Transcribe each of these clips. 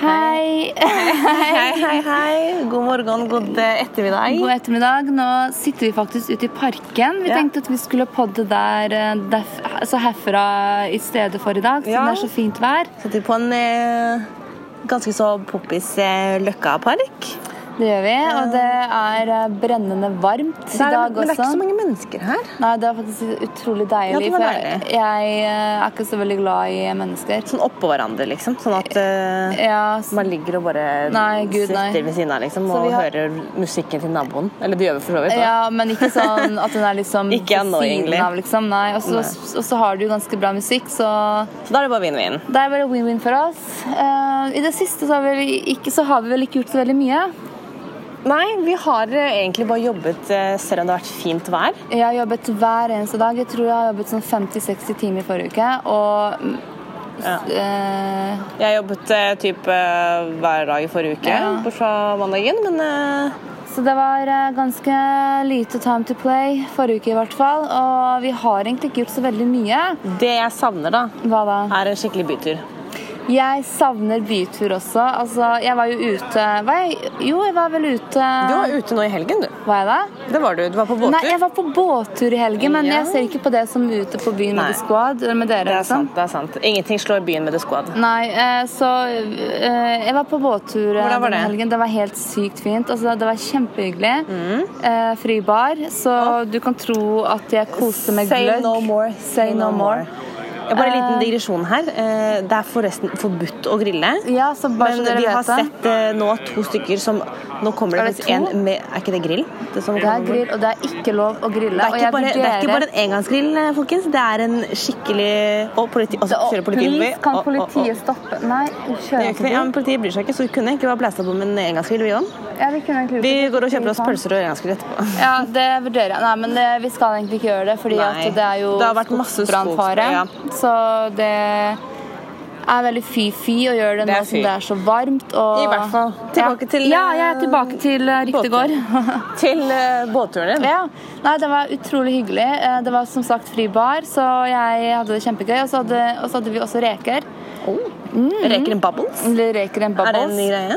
Hei. Hei, hei, hei. God morgen, god eh, ettermiddag. God ettermiddag. Nå sitter vi faktisk ute i parken. Vi Ja. tenkte at vi skulle podde der, eh, derf, altså herfra i stedet for i dag, siden Ja. det er så fint vær. Satt vi på en eh, ganske så poppis eh, Løkkapark. Det gjør vi, og det er eh, brennende varmt i Der er- dag Men det er ikke også. så mange mennesker her. Nei, det er faktisk utrolig Ja, deilig, det var for jeg, deilig. jeg eh, er ikke så veldig glad i mennesker. Sånn oppå hverandre, liksom. Sånn at eh, Ja, s- man ligger og bare Nei, Gud, nei. sitter ved siden av liksom, Så og vi har- hører musikken til naboen. Eller det gjør vi for så vidt. da. Ja, men ikke sånn at hun er liksom Ikke på annoying, siden av, liksom. Nei. Og så- og så har du jo ganske bra musikk, så Så da er det bare vinn-vinn. Det er bare win-win for oss. Eh, I det siste så har, vi vel ikke, så har vi vel ikke gjort så veldig mye. Nei, vi har eh, egentlig bare jobbet eh, selv om det har vært fint vær. Jeg har jobbet hver eneste dag. Jeg tror jeg har jobbet sånn 50-60 timer forrige uke. Og mm, Ja. eh, Jeg jobbet eh, typ eh, hver dag i forrige uke, Ja. bortsett fra mandagen, men eh, Så det var eh, ganske lite time to play forrige uke i hvert fall. Og vi har egentlig ikke gjort så veldig mye. det jeg savner, da, Hva da? er en skikkelig bytur. Jeg savner bytur også. Altså, jeg var jo ute var jeg, Jo, jeg var vel ute Du var ute nå i helgen, du. Var jeg det? Det var du. Du var på båttur. Nei, jeg var på båttur i helgen, men Ja. jeg ser ikke på det som ute på byen med Nei. The Squad. Eller med det dere, er liksom. sant. det er sant. Ingenting slår byen med The Squad. Nei, eh, så eh, Jeg var på båttur eh, Hvordan var denne det? helgen. Det var helt sykt fint. Altså, det var kjempehyggelig. Mm. Eh, fri bar. Så du kan tro at jeg koste meg Say gløgg. no more. Say no more. Ja, Bare en liten digresjon her. Eh, Det er forresten forbudt å grille. Ja, så bare Men så dere vi har vet det. sett eh, nå to stykker som Nå kommer Er det det faktisk to? en med Er ikke det grill? Det, som Det kommer er bort? grill, og det er ikke lov å grille. Det er, og ikke jeg bare, det er ikke vurderer- bare en engangsgrill, eh, folkens. Det er en skikkelig Og politi... Og så Og kjører politiet forbi. please, kan Å, å, å. politiet stoppe? Nei, Det kjører gjør ikke det. Ja, men Politiet bryr seg ikke, så vi kunne egentlig bare blæsta på med en engangsgrill. Vi, også. Ja, vi kunne egentlig vi gjort det. går og kjøper oss pølser og engangsgrill etterpå. Ja, det vurderer jeg. Nei, men det, vi skal egentlig ikke gjøre det, fordi Nei. at det er jo Det har vært masse skogsbrannfare. skogsbrann, Så det er veldig fy-fy å gjøre det, Det er nå som fy. det er så varmt. Og... I hvert fall. Tilbake ja. til, Ja, jeg er tilbake til eh, riktig båttur. gård. Til eh, båtturen din. ja. Nei, det var utrolig hyggelig. Eh, Det var som sagt fri bar, så jeg hadde det kjempegøy. Og så hadde, og så hadde vi også reker. Oh. Reker en bubbles? Eller reker en Er det Mm. en bubbles. ny greie?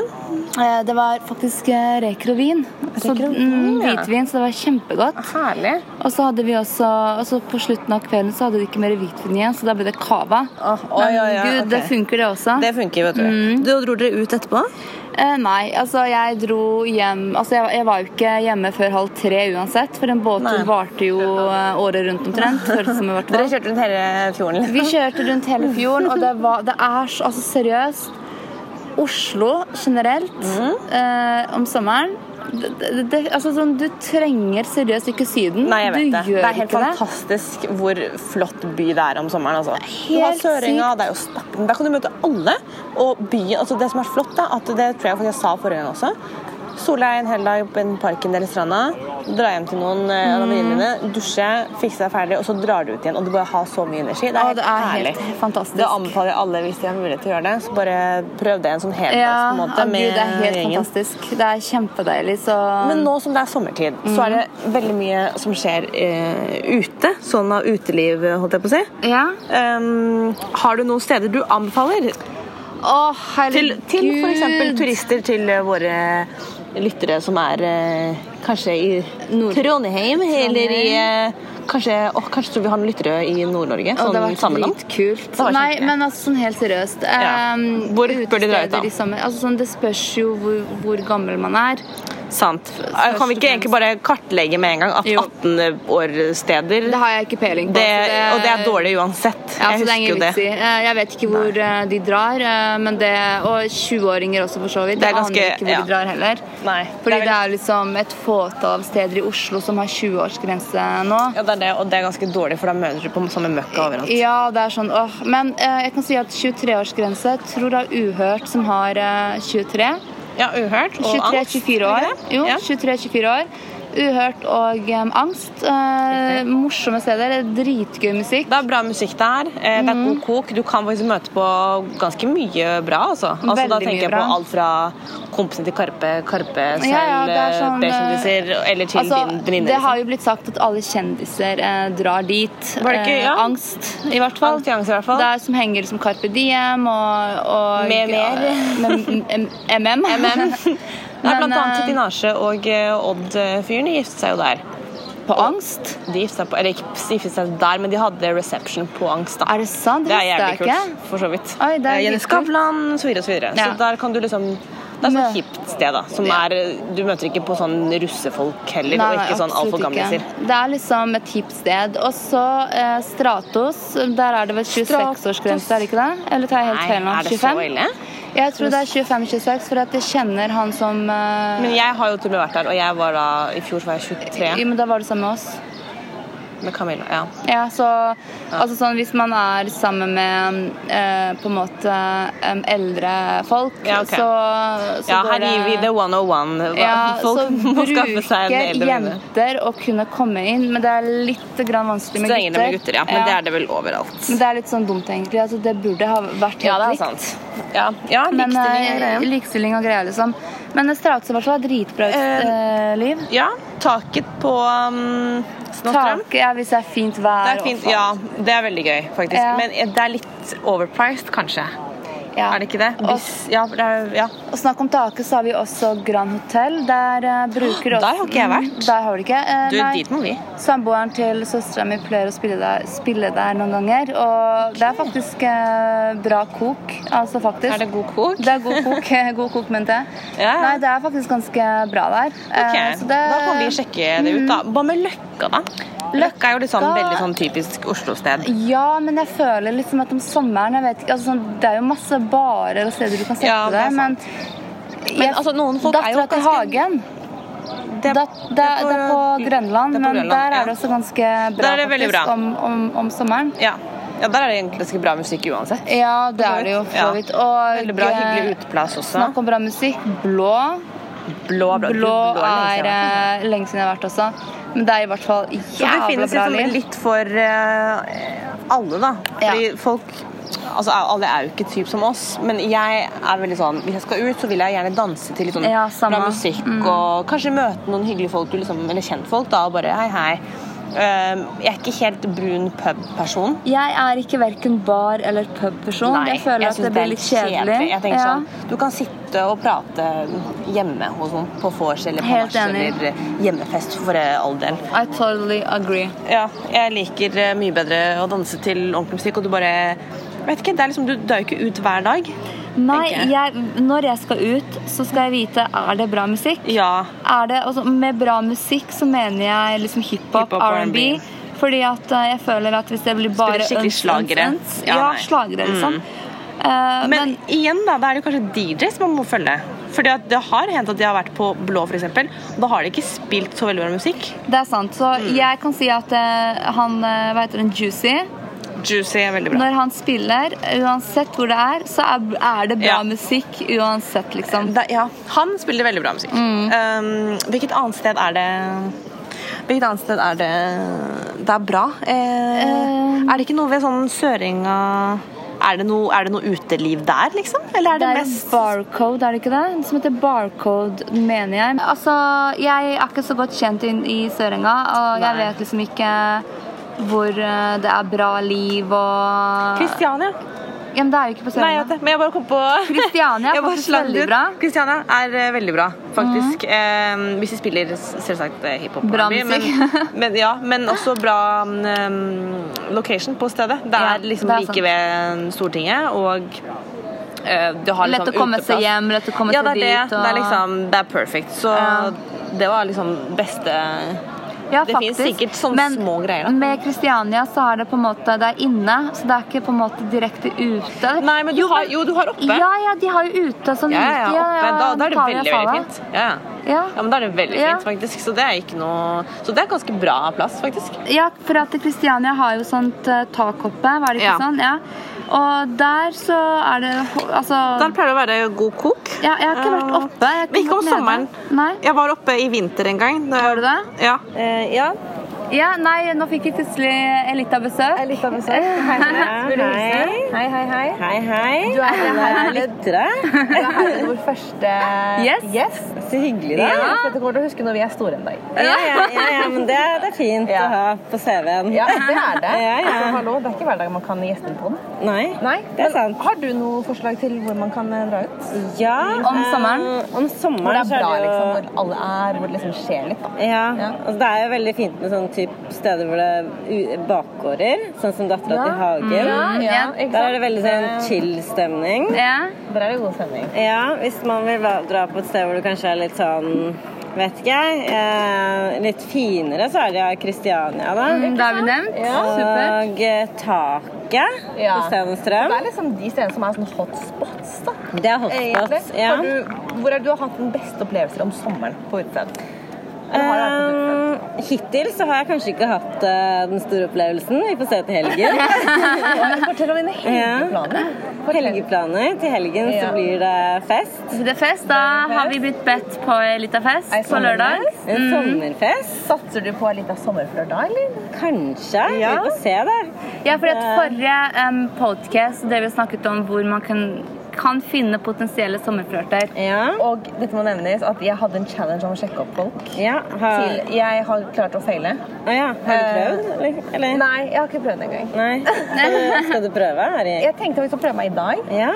Eh, Det var faktisk eh, reker og vin. Så, Reker og mm, vin, ja. Hvitvin, så det var kjempegodt. Herlig. Og så hadde vi også, og så på slutten av kvelden så hadde de ikke mer hvitvin igjen, så da ble det cava. Åh, oi, Men oi, oi, gud, ok. det funker det også. Det funker, vet du. Mm. Du dro dere ut etterpå? Eh, nei, altså jeg dro hjem Altså jeg, jeg var jo ikke hjemme før halv tre uansett, for en båttur Nei. varte jo eh, året rundt omtrent. Føles som i hvert Dere fall. kjørte rundt hele fjorden? liksom? Vi kjørte rundt hele fjorden, og det, var, det er så Altså seriøst. Oslo generelt Mhm. eh, om sommeren det, det, det, altså, sånn, Du trenger seriøst ikke Syden. Nei, jeg vet Mm, du det. gjør Det er helt ikke det. fantastisk hvor flott by det er om sommeren. Altså. Du helt har Sørenga, sykt. det er jo stappen. Der kan du møte alle. Og byen, altså det som er flott, da, at det tror jeg faktisk jeg sa forrige gang også. Sola en hel dag på en parken eller stranda. Dra hjem til noen eh, av Mm. venninnene dine, dusje, fikse deg ferdig, og så drar du ut igjen. Og du bare har så mye energi. Det Å, er helt det er herlig. helt fantastisk. Det anbefaler jeg alle hvis de har mulighet til å gjøre det. Så bare prøv det en sånn Ja, å heldagsmåte Gud, med det er helt gjengen. fantastisk. Det er kjempedeilig, så Men nå som det er sommertid, så er Mm. det veldig mye som skjer eh, ute. Sånn av uteliv, holdt jeg på å si. Ja. Ehm, har du noen steder du anbefaler? Å, Til, herregud. til f.eks. turister, til eh, våre lyttere som er eh, kanskje i Nord- Trondheim, eller i eh, Kanskje, åh, kanskje tror vi har noen lyttere i Nord-Norge? Å, Sånn det har vært sammen om. dritkult. var Nei, kjempegøy. men altså sånn helt seriøst. Ja. ehm, Hvor bør de dra ut, utesteder da? i sommer- Altså, sånn, det spørs jo hvor, hvor gammel man er. Sant. Eh, Kan vi og ikke egentlig bare kartlegge med en gang at Jo. 18-årssteder Det har jeg ikke peiling på. det, så Og det er dårlig uansett. Ja, så jeg det er husker ingen jo det. vits i. Eh, Jeg vet ikke hvor eh, de drar, eh, men det, og 20-åringer også, for så vidt. Det er Jeg ganske- aner ikke hvor ja. de drar heller. Nei, Fordi det er det er liksom et fåtall steder i Oslo som har 20-årsgrense nå. Ja, det er det, og det er ganske dårlig, for da møter du på samme møkka overalt. Ja, det er sånn åh. Men eh, jeg kan si at 23-årsgrense tror det er uhørt som har eh, 23. Ja, uhørt og angst. 23-24 år. er det det? Jo, Ja. 23-24 år. Uhørt og eh, angst. Eh, morsomme steder. Dritgøy musikk. Det er bra musikk der. eh, Det er god Mm. kok. Du kan faktisk møte på ganske mye bra. Altså. Altså, da Veldig mye tenker jeg på bra. alt fra kompisene til Karpe, Karpe selv, Ja, ja, det er sånn, eh, B-kjendiser, eller til Altså, din venninne. det liksom. har jo blitt sagt at alle kjendiser eh, drar dit. Var det ikke- Eh, ja? angst, i hvert fall. Angst i angst, i hvert fall. Det er som henger som Carpe Diem og, og Med mer. Med- m- MM. Nei, blant Men, annet eh, Tinasje og eh, Odd-fyren de giftet seg jo der. På angst? De giftet seg på, eller ikke de giftet seg der, men de hadde reception på angst. da. Er det sant? Det Det er visste jævlig jeg ikke. kult, for så vidt. Oi, det er Eh, Jenny litt kult. Skavlan osv. Så, videre, og så, videre. Ja. så der kan du liksom Det er Mø- et hipt sted, da. Som Ja. er, du møter ikke på sånn russefolk heller, Nei, og nei, ikke sånn absolutt altfor gamliser. ikke. Det er liksom et hipt sted. Og så eh, Stratos. Der er det vel Stratos. 26-årsgrense, er det ikke det? Eller tar jeg helt Nei, feil nå? er det så 25? ille? Jeg tror det er 25-26, for at jeg kjenner han som eh, Men jeg har jo til og med vært der, og jeg var da i fjor var jeg 23 jo, men da var det sammen med oss. med Camilla. Ja. Ja, så altså sånn hvis man er sammen med eh, på en måte em, eldre folk, Ja, ok. så, så ja, går her gir vi the 101. Hva- Ja, Folk så må skaffe seg en bruker eldre venninne. jenter å kunne komme inn, men det er litt grann vanskelig med gutter. Strengere med gutter, ja. Men det er det vel overalt. Men det er litt sånn dumt, egentlig. Altså, det burde ha vært helt Ja, det er likt. sant. Ja, ja Men likestilling er eh, greia. likestilling og greier, liksom. Men Strautse var så dritbra ut, eh, Liv. Ja, taket på um, Snåstrøm. Tak, ja, hvis det er fint Det vær er fint. og Ja, det er veldig gøy, faktisk. Ja. Men det er litt overpriced, kanskje. Ja. Er det ikke det? Hvis, ja, det er, ja. Og snakk om taket, så har vi også Grand Hotel. Der eh, bruker Der også har ikke jeg vært. Mm, Der har du ikke? Eh, Du, nei. dit må vi. Samboeren til søstera mi pleier å spille der, spille der noen ganger. Og det er faktisk eh, bra kok. Altså faktisk. Er det god kok? Det er god kok, eh, god kok mente jeg. Ja, ja. Nei, det er faktisk ganske bra der. Ok, Eh, så det- Da kan vi sjekke det ut, da. Hva med Løkka, da? Løkka er jo litt sånn, Løkka- veldig sånn typisk Oslo-sted. Ja, men jeg føler liksom at om sommeren jeg vet ikke, altså sånn, Det er jo masse barer og steder du kan sette Ja, det er deg, men, Men altså, noen folk er jo Dattera til ganske- Hagen Det, Da, det, det, er på Grønland, men det er på Grønland, der ja. er det også ganske bra, Der er det veldig faktisk, bra. Om, om, om sommeren. ja. ja, der er det egentlig ganske bra musikk uansett. Ja, det er det jo for så Ja. vidt. Og Veldig bra, eh, hyggelig uteplass også. Snakk om bra musikk. Blå. Blå, blå, Blå er lenge siden. eh, lenge siden jeg har vært også. Men det er i hvert fall Så det jævla finnes bra liksom liv. litt for eh, alle, da. Fordi Ja. folk Altså, alle er jo ikke typ som oss, men jeg er veldig sånn Hvis jeg skal ut, så vil jeg gjerne danse til litt sånn Ja, samme. Mm. bra musikk og kanskje møte noen hyggelige folk, du liksom, eller kjentfolk, da, og bare hei, hei. Eh, jeg er ikke helt brun pub-person. Jeg er ikke verken bar- eller pub-person. Sånn, Nei, Jeg føler at synes det blir litt kjedelig. Jeg tenker Ja. sånn, Du kan sitte og prate hjemme hos noen på vors eller på Helt nach enig. eller hjemmefest for eh, all del. I totally agree. Ja, jeg liker eh, mye bedre å danse til ordentlig musikk, og du bare Vet ikke, det er liksom, du, du er jo ikke ut hver dag. Nei, tenker jeg, når jeg skal ut, så skal jeg vite er det bra musikk. Ja. Er det, altså, med bra musikk så mener jeg liksom hiphop, Hiphop, R&B. R&B. Fordi at eh, jeg føler at hvis det blir bare skikkelig uns, uns, slagere. uns, Ja, Ja, nei. Mm. slagere, liksom. Eh, Men, men, igjen, da, da er det kanskje DJs man må følge. Fordi at det har hendt at jeg har vært på Blå, f.eks. Da har de ikke spilt så veldig bra musikk. det er sant. Så Mm. jeg kan si at eh, han eh, Hva heter han? Juicy. Juicy er veldig bra. Når han spiller, uansett hvor det er, så er, er det bra Ja. musikk uansett, liksom. Da, ja, han spiller veldig bra musikk. Um, hvilket annet sted er det Hvilket annet sted er det det er bra? Eh, Um, er det ikke noe ved sånn Søringa er det, noe, er det noe uteliv der, liksom? Eller er Det det, er jo mest Barcode, er det ikke det? Det Som heter Barcode, mener jeg. Altså, jeg er ikke så godt kjent inn i Sørenga, og jeg Nei. vet liksom ikke hvor eh, det er bra liv og Kristiania? Ja, men det er jo ikke på Nei, Sørenga. jeg vet det. Men jeg bare kom på Kristiania er Jeg bare faktisk slang veldig det ut. bra. Mm. Kristiania er eh, veldig bra, faktisk. Eh, hvis de spiller s- selvsagt eh, hiphop. og Bra R&B, Men, musikk. men, ja, men også bra eh, location på stedet. Det Ja, er liksom det er like ved Stortinget, og eh, du har Lett liksom å komme seg uteplass. hjem, lett å komme Ja, det seg er det. dit. og- Det er liksom Det er perfect. Så Ja. det var liksom beste Ja, Det finnes faktisk. sikkert sånne Men små greier, da. Med Kristiania så er det på en måte Det er inne, så det er ikke på en måte direkte ute. Nei, men du har, jo, du har oppe. Ja, ja, de har jo ute. Sånn ja, ja, ute, ja, oppe. Da, da er det Italia, veldig, Fala. veldig fint. Ja, ja. Ja. Ja, men da er det veldig Ja. fint, faktisk. Så det er ikke noe Så det er ganske bra plass, faktisk. Ja, for at Kristiania har jo sånt eh, takhoppe, var det ikke Ja. sånn? Ja. Og der så er det Altså Der pleier det å være god kok. ja, Jeg har ikke vært oppe. Jeg har Men ikke om vært nede. sommeren. Nei. Jeg var oppe i vinter en gang. Da- Var du det? Ja. Eh, ja. Ja, nei, nå fikk vi plutselig Elita besøk. Litt av en sak. Hei, Hei, hei, hei. Hei, hei. Du er herlig. lyttere. Du er herlig vår første Yes. gjest. Så hyggelig, da. Ja. Dette kommer til å huske når vi er store en dag. Ja, ja, ja, ja men det, det er fint Ja. å ha på CV-en. Ja, det er det. Ja, ja. Altså, hallo, det er ikke hver dag man kan gjeste på den. Nei, det er sant. Har du noe forslag til hvor man kan eh, dra ut? Ja, Om eh, sommeren? Om Hvor det sommeren er så bra, er det jo liksom, hvor alle er, hvor det liksom skjer litt. da. Ja, Ja. altså Det er jo veldig fint med sånne typ steder hvor det er u- bakgårder, sånn som Dattera til Hagen. ja, ikke Der er det sant? Eh, veldig sånn chill-stemning. Ja. Der er det god stemning. Ja, hvis man vil va- dra på et sted hvor du kanskje er litt sånn Vet ikke jeg. Eh, litt finere, så er det ja, Kristiania, da. Mm, Da har vi nevnt. Supert. Og eh, taket Ja. på Stenestrøm. Det er liksom de stedene som er sånne hotspots, da. Det er hotspots. Egentlig. Ja. Har du, hvor er det du har hatt den beste opplevelsen om sommeren på utested? Eller har du vært på et utested? Eh, hittil så har jeg kanskje ikke hatt eh, den store opplevelsen. Vi får se til helgen. Ja, men Fortell om dine helgeplaner. Fortell. Helgeplaner. Til helgen så Ja. blir det fest. Så det er fest. Da har vi blitt bedt på Elita fest Er det på lørdag. sommerfest? En sommerfest. Satser du på en liten sommerflørt da, eller? Kanskje. Vi får se, da. Ja, fordi at forrige em, podcast, det vi snakket om hvor man kan, kan finne potensielle sommerflørter. Ja. Og dette må nevnes at jeg hadde en challenge om å sjekke opp folk. ja. Har, Til jeg har klart å feile. Å ja. har du Eh, prøvd, eller? eller? Nei, jeg har ikke prøvd engang. Nei. Skal du, skal du prøve? Er det... Jeg tenkte jeg skulle prøve meg i dag, Ja.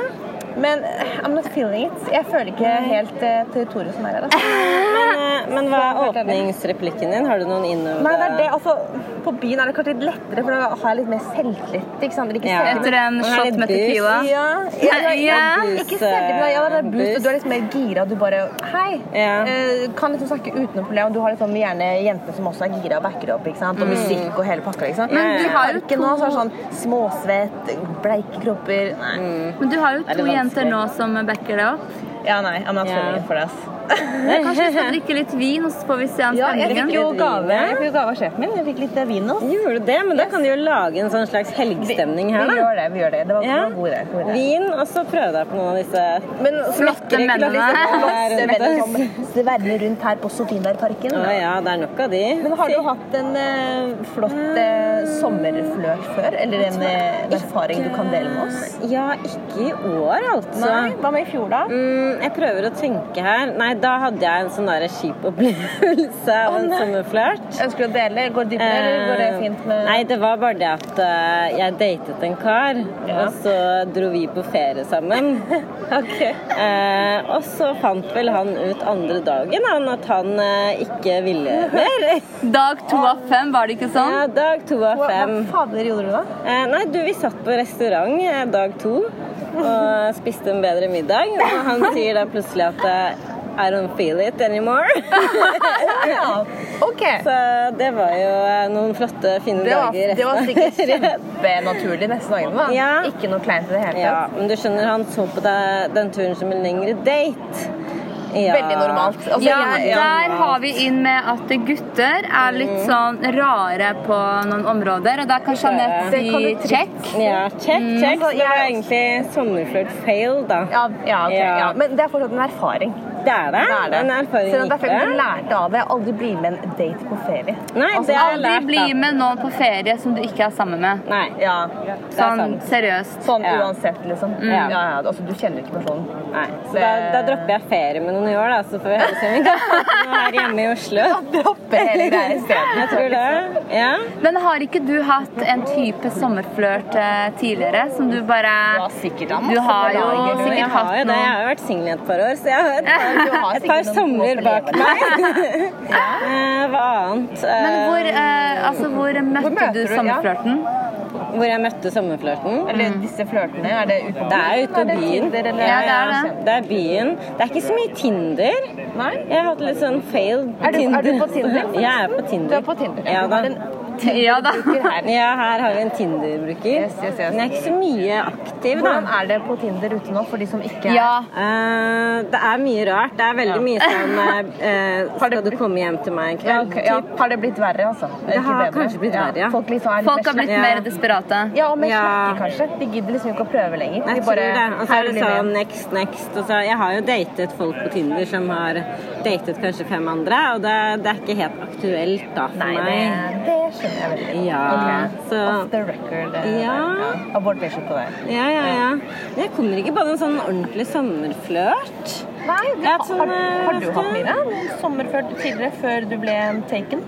men eh, I'm not feeling it. Jeg føler ikke helt eh, territoriet som er her. Altså. Men, eh, men hva er Så jeg hørte det. åpningsreplikken din? Har du noen innover Nei, det er det. Altså, på byen er det kanskje litt lettere, for da har jeg litt mer selvtillit. Ikke sant? Eller Ikke Ja. selvtillit, Etter en Og her er shot litt med bus. tequila. Ja, ja, ja, ja. Ja. Ikke selvtillit, men ja, det er boost, og du er litt mer gira. og Du bare Hei! Ja. Eh, kan liksom snakke uten noe problem. og Du har liksom gjerne jentene som også er gira og backer opp. ikke sant? Og musikk og hele pakka. ikke sant? Men du har jo Parken nå, så er det sånn småsvett, bleike kropper Nei. Men du har jo det to vanskelig? jenter nå som backer det opp. Ja, nei. I'm not Ja. feeling it for this. Kanskje vi skal drikke litt vin, og så får vi se an Ja, jeg fikk stemningen. jo Litt vin, gave ja. Jeg fikk jo gave av sjefen min. Jeg fikk litt vin nå. Gjorde du det? Men da kan du jo lage en sånn slags helgestemning her, Vi da. gjør det. vi gjør Det Det var Ja. det var en god idé. god idé. Vin, og så prøve deg på noen av disse Men Flotte snakker ikke mennene. liksom om masse Rundt menn oss. som svermer rundt her på Sofienbergparken. Å ja, det er nok av de. Men har du hatt en eh, Mm. flott eh, sommerflørt før? Eller en eh, erfaring du kan dele med oss? Ja, ikke i år, altså. Hva med i fjor, da? Mm, jeg prøver å tenke her. Nei, da hadde jeg en sånn der kjip opplevelse av en sommerflørt. Ønsker du å dele? Går det dypere, eller går det fint Eh, med Nei, det var bare det at eh, jeg datet en kar, Ja. og så dro vi på ferie sammen. Eh, og så fant vel han ut andre dagen han, at han eh, ikke ville mer. Dag to av fem, var det ikke sånn? Ja, dag to av Hva, fem. hva fader gjorde du da? Eh, nei, du, vi satt på restaurant eh, dag to og spiste en bedre middag. Og han sier da plutselig at eh, I don't feel it anymore. Ja, ok. Så det var jo eh, noen flotte, fine Det var, dager. det var etterpå. sikkert kjempenaturlig nesten dagene, da. Ja. Ikke noe kleint i det hele Ja, tatt. men du skjønner, han så på deg den turen som en lengre date. Ja. Veldig normalt. Altså, Ja, jeg- Mm. der har vi inn med at gutter er litt sånn rare på noen områder, og da kan Jeanette Det kan si du trygt check. Ja, check, check. Altså, det var jeg- egentlig sommerflørt fail, da. Ja, ja, ok, Ja. ja. Men det er fortsatt en erfaring. Det er det. Det er det. En erfaring Så det er gikk derfor jeg det. lærte av det. Aldri bli med en date på ferie. Nei, Altså, det har jeg Aldri lært, bli da. med noen på ferie som du ikke er sammen med. Nei, Ja. det er Sånn sant. seriøst. Sånn Ja. uansett, liksom. Ja, ja, altså, du kjenner ikke personen. Nei. Så da, da dropper jeg ferie med noen i år, da, så får vi heller se om vi kan få noe her hjemme i Oslo. Droppe hele greia i stedet. Jeg tror det. Ja. Men har ikke du hatt en type sommerflørt eh, tidligere som du bare Ja, sikkert, da, Du masse har jo dager, du. sikkert Jeg har hatt jo det. Jeg noen. har jo vært singel i et par år, så jeg har et par Du har Et sikkert par noen somler gode bak opplevelser. meg. Eh, Hva annet? Eh, Men hvor, eh, altså, hvor møtte møter du du- ja. sommerflørten? hvor jeg møtte sommerflørten. Eller disse flørtene. Er det ute på Det er ute Er det i byen. Tinder, eller? Ja, det er det. Det er byen. Det er ikke så mye Tinder. Nei? Jeg har hatt litt sånn failed Er du- er du på Tinder? Jeg er på Tinder. Du er på Tinder. Ja, du da. har en Ja da. Tinder-bruker her. Ja, her har vi en Tinder-bruker. Yes, yes, yes. Den er ikke så mye aktiv, da. Hvordan er det på Tinder ute nå for de som ikke er Ja. Eh, det er mye rart. Det er veldig mye sånn eh, eh, Skal du komme hjem til meg en Ja, kveld? ok, ja. Har det blitt verre, altså? Ikke har bedre. kanskje blitt verre, ja. Folk, liksom er litt Folk mer har blitt slakke. mer desperate. Ja, og mer Ja. slakke, kanskje. De gidder liksom ikke å prøve lenger. De Jeg tror bare det. Og så her er det blir vi sånn igjen. next, next. Og så, jeg har jo datet folk på Tinder som har datet kanskje fem andre, og det, det er ikke helt aktuelt da for Nei, meg. det, det skjønner jeg veldig godt. Ja, Ok. så Off the record. eh, Ja. Abort bishop på deg. Ja, ja, ja. Men jeg kommer ikke på noen sånn ordentlig sommerflørt. Nei, vi, Jeg har, tror, har, har eh, du skal- hatt Mira? Sommerført tidligere, før du ble taken?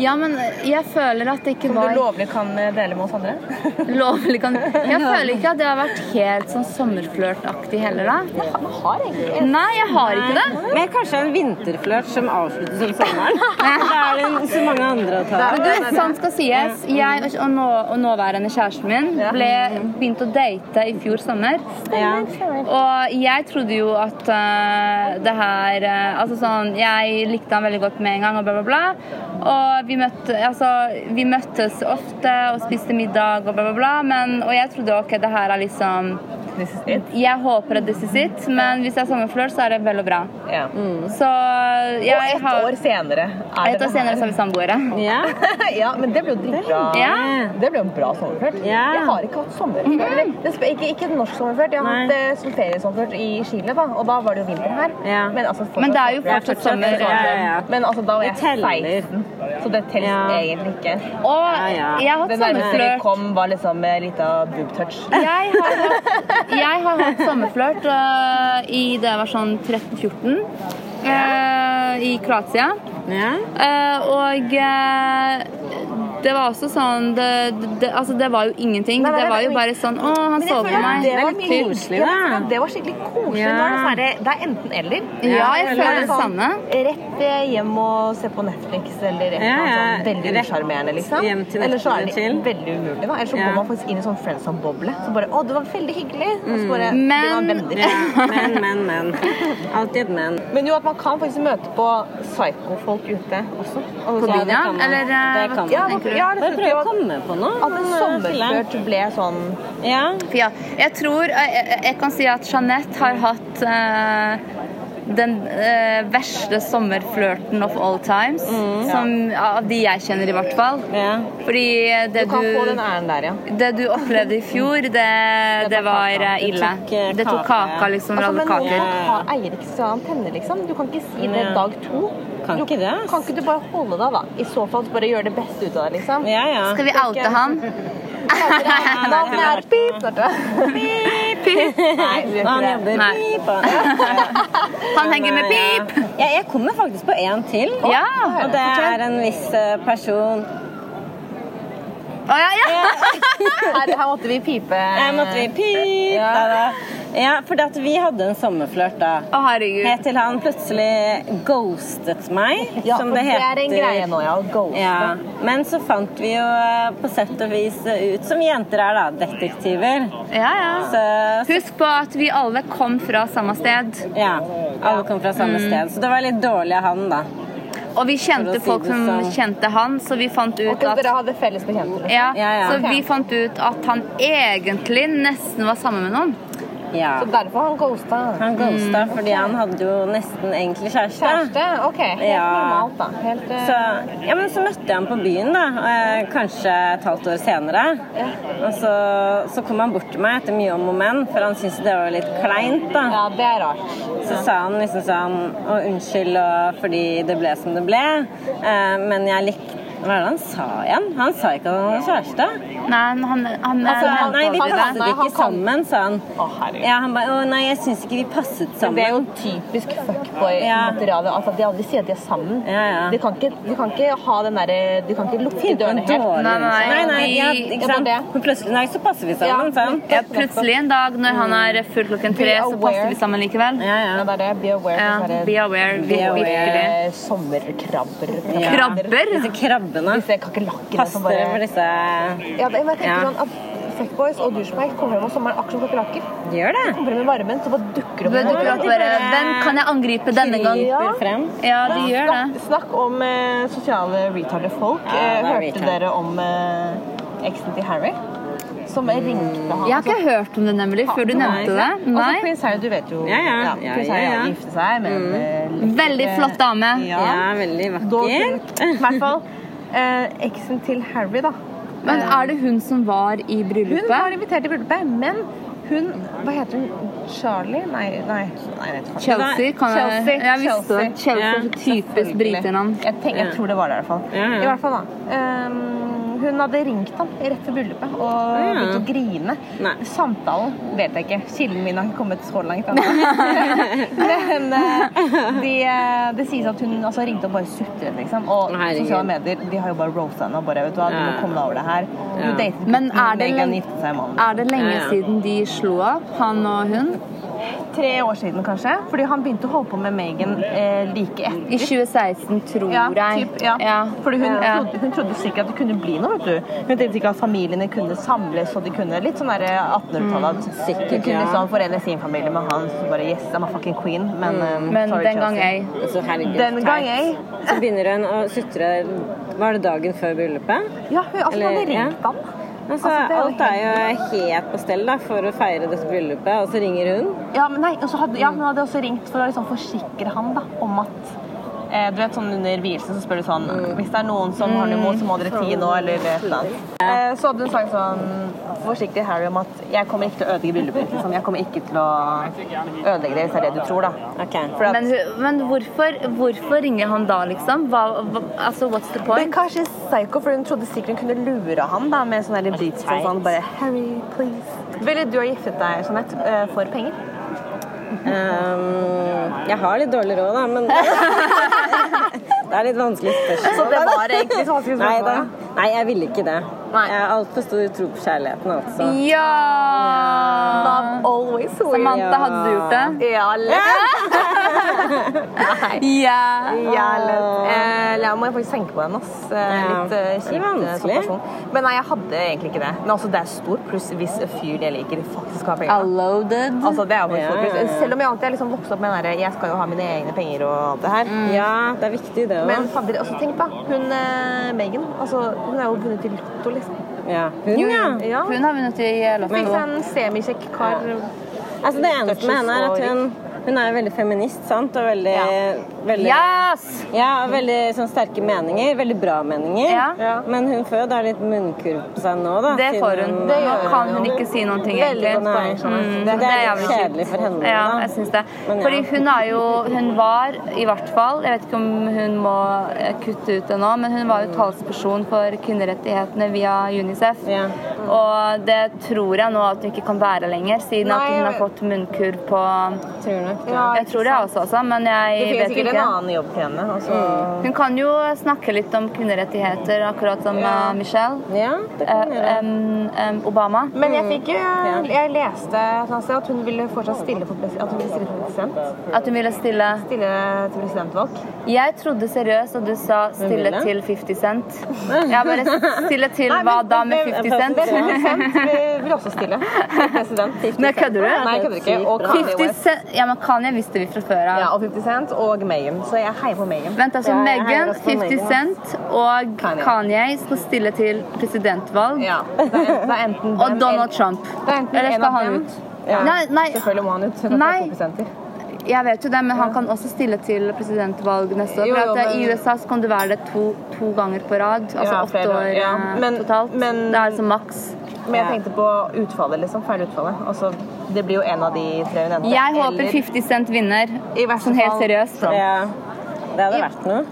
Ja, men jeg føler at det ikke Som du var lovlig kan eh, dele med oss andre? lovlig kan Jeg føler ikke at det har vært helt sånn sommerflørtaktig heller, da. Man har egentlig Nei, jeg har ikke det. Men kanskje en vinterflørt som avsluttes om sommeren. Da er det så mange andre å ta av. Men du, sant skal sies. Jeg og- og, nå, og nåværende kjæresten min ble begynt å date i fjor sommer. Ja. Og jeg trodde jo at eh, det her eh, Altså sånn Jeg likte han veldig godt med en gang, og bla, bla, bla. Og vi, møtte, altså, vi møttes ofte og spiste middag og bla, bla, bla. Men, og jeg trodde ok, det her er liksom This is it. Jeg håper at this is it, men hvis jeg er sommerflørt, så er det vel og bra. Ja. Så jeg Og ett har år senere er Mm. Et det år senere så er vi samboere. Ja. ja, men det ble jo dritbra. Ja. Det ble jo en bra sommerført. Ja. Jeg har ikke hatt sommerført. Det sp- Ikke, ikke norsk sommerført. Jeg har Nei. hatt eh, sånn feriesommerført i Chile, da, og da var det jo vinter her. Ja. Men, altså, fortsatt Men det er jo sommerført. fortsatt sommer. Ja, ja, ja. Men altså, da var Det jeg teller. 16, så det teller Ja. egentlig ikke. Og ja. jeg har hatt Det nærmeste vi sommerflørt. kom, var liksom med litt av boob touch. Jeg har hatt, jeg har hatt sommerflørt øh, i det jeg var sånn 13-14 øh, i Kroatia. ja. Eh, og eh, det var også sånn det, det, altså, det var jo ingenting. Nei, nei, det var nei, jo nei. bare sånn Å, han Men jeg sover føler at meg. Det var Det er mye koselig, litt koselig, da. da. Det var skikkelig koselig. Ja. Nå er det sånn her, det er enten eller. Ja, jeg Eller føler det sånn, samme. Rett eh, hjem og se på Netflix eller et eller Ja, ja. annet sånn veldig Rett usjarmerende, liksom. hjem til Eller så er det Netflix og veldig umulig, da. Eller så Ja. går man faktisk inn i sånn friendzone-boble. Så bare Å, det var veldig hyggelig. Og så bare Mm. blir man Men- venner. ja. Men, men, men. Alltid et men. Men jo, at man kan faktisk møte på psyko-folk ute også. På Ja, det byen, ja? kan man. Eller eh, Det kan hva Ja, man. tenker du? ja, det Bare tror jeg prøv å at, komme på noe. at en sommerført ble sånn Ja. Ja, jeg tror jeg, jeg- jeg kan si at Jeanette har hatt eh, den eh, verste sommerflørten of all times. som, Av de jeg kjenner, i hvert fall. ja. Fordi det Du kan få den du, æren der, ja. det du opplevde i fjor, det, det var eh, ille. Det tok, eh, Det tok kaka. kaka, liksom, over Altså, alle men noen kaker. folk har- eier ikke så antenner, liksom. Du kan ikke si det Ja. dag to. Mm. Kan du, ikke det, ass. Kan ikke du bare holde deg, da? I så fall bare gjøre det beste ut av det, liksom. Ja, ja. Skal vi oute han? Navnet er Pip! vet du. Nei, vi gjør ikke Han det. jobber Nei. pip, han. Han henger med Ja. pip! Ja, jeg kommer faktisk på en til. Ja! Og det er en viss eh, person Å, ja, ja. Her, her måtte vi pipe. Jeg måtte vi pip! Ja. da, da. Ja, for at vi hadde en sommerflørt da. Å, herregud. Helt til han plutselig ghostet meg, Ja, som for det det heter. er en greie nå, ja. Ghost. Ja, men så fant vi jo eh, på sett og vis eh, ut som jenter er, da. Detektiver. Ja, ja. Så, Husk på at vi alle kom fra samme sted. ja. Alle kom fra samme Mm. sted. Så det var litt dårlig av han, da. Og vi kjente For å si folk det som sånn. kjente han, så vi fant Og ut at dere hadde felles bekjente. ja, Ja, ja. Så vi fant ut at han egentlig nesten var sammen med noen. Ja. Så Mm. derfor han ghosta. Han ghosta fordi han hadde jo nesten egentlig kjæreste. Kjæreste? OK. Helt Ja. normalt, da. Helt, eh, Så, ja, men så møtte jeg ham på byen, da. eh, Kanskje et halvt år senere. Og så, så kom han bort til meg etter mye om og men, for han syntes det var litt kleint, da. ja, det er rart. Så sa han liksom sånn Å, unnskyld og fordi det ble som det ble, eh, men jeg likte Hva er det han sa igjen? Han sa ikke at han hadde kjæreste. Nei, men han, han, Så, Altså, han nei, vi han- passet nei, han ikke kan- sammen, sa han. Å, herregud. Ja, han bare Å, nei, jeg syns ikke vi passet Men det er sammen. jo typisk fuckboy-materiale. Altså, de aldri sier at de er sammen. Ja, ja. De, kan ikke, de kan ikke ha den derre De kan ikke lukke Fint, dørene men helt. dårlig. Nei, nei, nei, nei vi- ja, Ja, ikke det er sant? det. Men plutselig, nei, så passer vi sammen, sa han. ja, Plutselig en dag når han er full klokken tre, Be så passer vi sammen likevel. Ja, Ja, ja. det er det. Be aware. Ja, sånne derre- be aware. Vi, Be aware. virkelig. Eh, Sommerkrabber. Ja. Krabber? Disse krabbene Disse kakerlakkene som passer bare for disse ja, det- men jeg tenker Ja. sånn at Fuckboys og douchebag kommer hjem om sommeren akkurat som kakerlakker. Gjør det. Kommer hjem i varmen, så bare dukker Du det opp dukker opp bare Hvem kan jeg angripe denne gang? Ja. Griper frem. Ja, de gjør det. Snakk, snakk om eh, sosiale retarde folk. Ja, det er Eh, Hørte retard. dere om eh, eksen til Harry? Som ringte han Jeg har ikke hørt om det nemlig før du nevnte det. Altså, Nei. Prince Harry, du vet jo Ja, ja. Ja, Prince ja, Harry ja. Mm. gifte seg med en eh, litt- Veldig flott dame. Ja. Ja, veldig Dog, vakkert. I hvert fall eh, eksen til Harry, da. Men er det hun som var i Hun var bryllupet? invitert til bryllupet, men hun Hva heter hun? Charlie? Nei, nei. nei jeg vet ikke. Chelsea? Kan jeg, Chelsea, jeg visste det. Chelsea. Chelsea Ja, er så typisk britenavn. Jeg, tenk, jeg tror det var det, i hvert fall. Ja, ja. I hvert fall da. ehm, hun hadde ringt ham rett før bryllupet og ja. begynt å grine. Nei. Samtalen vet jeg ikke. Kilden min har ikke kommet så langt. ennå. Men eh, de, eh, det sies at hun altså, ringte og bare sutret, liksom. Og Herregud. sosiale medier de har jo bare rosa henne og bare vet du hva, du må Ja. komme deg over det her. Du Ja. datet Men gutten, er det Meghan lenge- giftet seg med mannen. Er det lenge Ja, ja. siden de slo opp, han og hun? Tre år siden, kanskje. Fordi han begynte å holde på med Meghan eh, like etter. I 2016, tror Ja, jeg. typ, ja. Ja. Fordi hun, Ja. Trodde, hun trodde sikkert at det kunne bli noe. vet du. Hun tenkte ikke at familiene kunne samles. og de kunne Litt sånn der 1800-tallet. at hun kunne ja. liksom forene sin familie med hans. og Bare, yes, I'm a fucking queen. Men, eh, Men sorry, den gang Chelsea. ei. Altså, herregud, Den gang jeg- teit. Så begynner hun å sutre Var det dagen før bryllupet? Ja, hun, altså, hun Eller- hadde ringt ja. han. Altså, det er jo alt er jo helt på stell da, for å feire dette bryllupet, og så ringer hun. Ja, men nei, og så hadde, ja, hun hadde også ringt for å liksom forsikre han da, om at eh, du vet sånn Under vielsen så spør du sånn Hvis det er noen som har noe imot, så må dere tie nå. eller et eller annet. Eh, Så hadde hun sagt sånn forsiktig Harry om at jeg kommer ikke til å ødelegge bryllupet ditt. Liksom. Jeg kommer ikke til å ødelegge det hvis det er det du tror. da. Ok. For at Men, hun- men hvorfor, hvorfor ringer han da, liksom? Hva, hva, altså, what's the det point? er kanskje psycho, for hun trodde sikkert hun kunne lure han da, med sånn der blitz og sånn. Bare Harry, please. Ville du ha giftet deg, Jeanette, eh, for penger? Ehm, jeg har litt dårlig råd, da, men Det er litt vanskelig spørsmål. Så det var egentlig så vanskelig Nei, spørsmål, da. ja. Nei, jeg ville ikke det. Nei. Jeg har altfor stor tro på kjærligheten, altså. Ja! Love always wins. Samantha, hadde du gjort det? Ja, lett. Ja! Ja, lett. Eh, ja, må jeg faktisk tenke på den. Ass. Eh, Ja. Litt eh, Det er kjipt eh, som vanskelig. person. Men nei, jeg hadde egentlig ikke det. Men altså, det er stor pluss hvis en fyr jeg liker, faktisk har penger. da. Loaded. Altså, det er jo faktisk Ja, stor ja, pluss. ja. Selv om jeg alltid har liksom vokst opp med den derre jeg skal jo ha mine egne penger og alt det her. Ja, det er viktig, det òg. Mm. Men fader, altså, tenk da, hun eh, Megan, altså, hun har jo vunnet i Lotto, liksom. Ja. Hun, ja. Ja. Hun har vunnet i Fikk Lotto. seg en semikjekk kar. Altså, det eneste med henne er at hun, hun er veldig feminist, sant, og veldig, veldig Yes! Ja, veldig sånn, sterke meninger. Veldig bra meninger. Ja. Ja. Men hun får jo da litt munnkurv på seg nå, da. Det får hun. siden- Nå gjør hun kan jo. hun ikke si noen ting, Veldig sånn godt egentlig. Mm, Nei. poeng. Jeanette. sånn. Det, det er er litt jævlig kjedelig for henne. Ja, da. jeg syns det. Men ja. Fordi hun er jo Hun var, i hvert fall Jeg vet ikke om hun må eh, kutte ut det nå, men hun var jo talsperson for kvinnerettighetene via Unicef. Ja. Og det tror jeg nå at hun ikke kan være lenger, siden at Nei, hun jeg har vet- fått munnkurv på Tror nok det. Ja, Jeg tror det også, altså, men jeg Det vet finnes jo sikkert en ikke. Mm. annen jobb til henne. Altså. Hun kan jo snakke litt om kvinnerettigheter, akkurat som eh, Michelle. Ja, Eh, det kan hun gjøre. em, em, Obama. Men jeg fikk jo Jeg leste et eller annet sted at hun ville fortsatt stille for pres- at hun ville stille for president. At hun ville stille Stille til presidentvalg. Jeg trodde seriøst at du sa 'stille ville? til 50 Cent'. Jeg bare 'stille til hva da med 50 Cent'? President vil- vil også stille til president. Nei, kødder du? Nei, jeg kødder ikke. Og Kanye 50 West. Cent Ja, men Kanye visste vi fra før Ja, av. og 50 Cent og Meghan. Så jeg heier på Meghan. Vent, altså Ja, jeg heier Meghan, også på 50 Meghan. Cent og Kanye. Kanye skal stille til presidentvalg. Ja, det er, det er enten Og dem Donald eller- Trump. Det er enten Eller en skal av han dem. ut? Ja. Nei, nei, Selvfølgelig må han ut. Hun Nei. har fått prosenter. jeg vet jo det, men han kan også stille til presidentvalg neste år. Jo, jo, For at men- I USA så kan du være det to, to ganger på rad. Altså Ja, åtte flere år år, ja. eh, Men- totalt. men- Det er altså maks. Men jeg tenkte på utfallet, liksom. Feil utfallet. Altså, det blir jo en av de tre hun nevnte. Jeg håper Eller- 50 Cent vinner. I hvert Sånn helt fall- seriøst. Ja. Det hadde vært noe.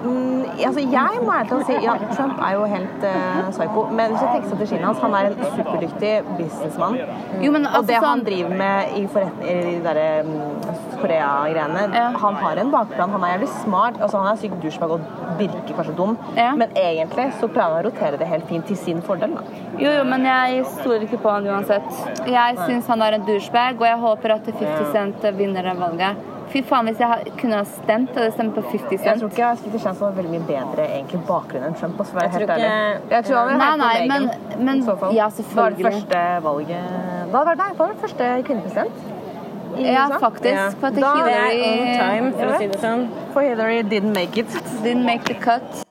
Mm, altså jeg må ærlig talt si ja, Trump er jo helt eh, psyko. Men hvis jeg tenker strategien hans Han er en superdyktig businessmann. Jo, men Og det altså han sånn driver med i, forretning- i de derre mm, Korea-greiene Ja. Han har en bakplan. Han er jævlig smart. Altså Han er syk douchebag og virker kanskje dum, Ja. men egentlig så klarer han å rotere det helt fint til sin fordel. Da. Jo, jo, men jeg stoler ikke på han uansett. Jeg syns han er en douchebag, og jeg håper at 50 Cent vinner det valget. Fy faen, hvis jeg ha- kunne ha stemt, hadde jeg stemt på 50 Jeg Cent. tror ikke Stifter Kjensvold har veldig mye bedre egentlig bakgrunn enn Trump. Også, for å være Jeg helt tror ærlig. ikke- Jeg tror han ville Nei, heiet nei, på men, Reagan, men i så fall. Ja, Da var det selvfølgelig. første valget Da var det, nei, da var det første kvinnepresident i Ja, USA. faktisk. Ja. For at Da- Det er Hillary on time, for å si det sånn. For Hillary didn't make it. didn't make the cut.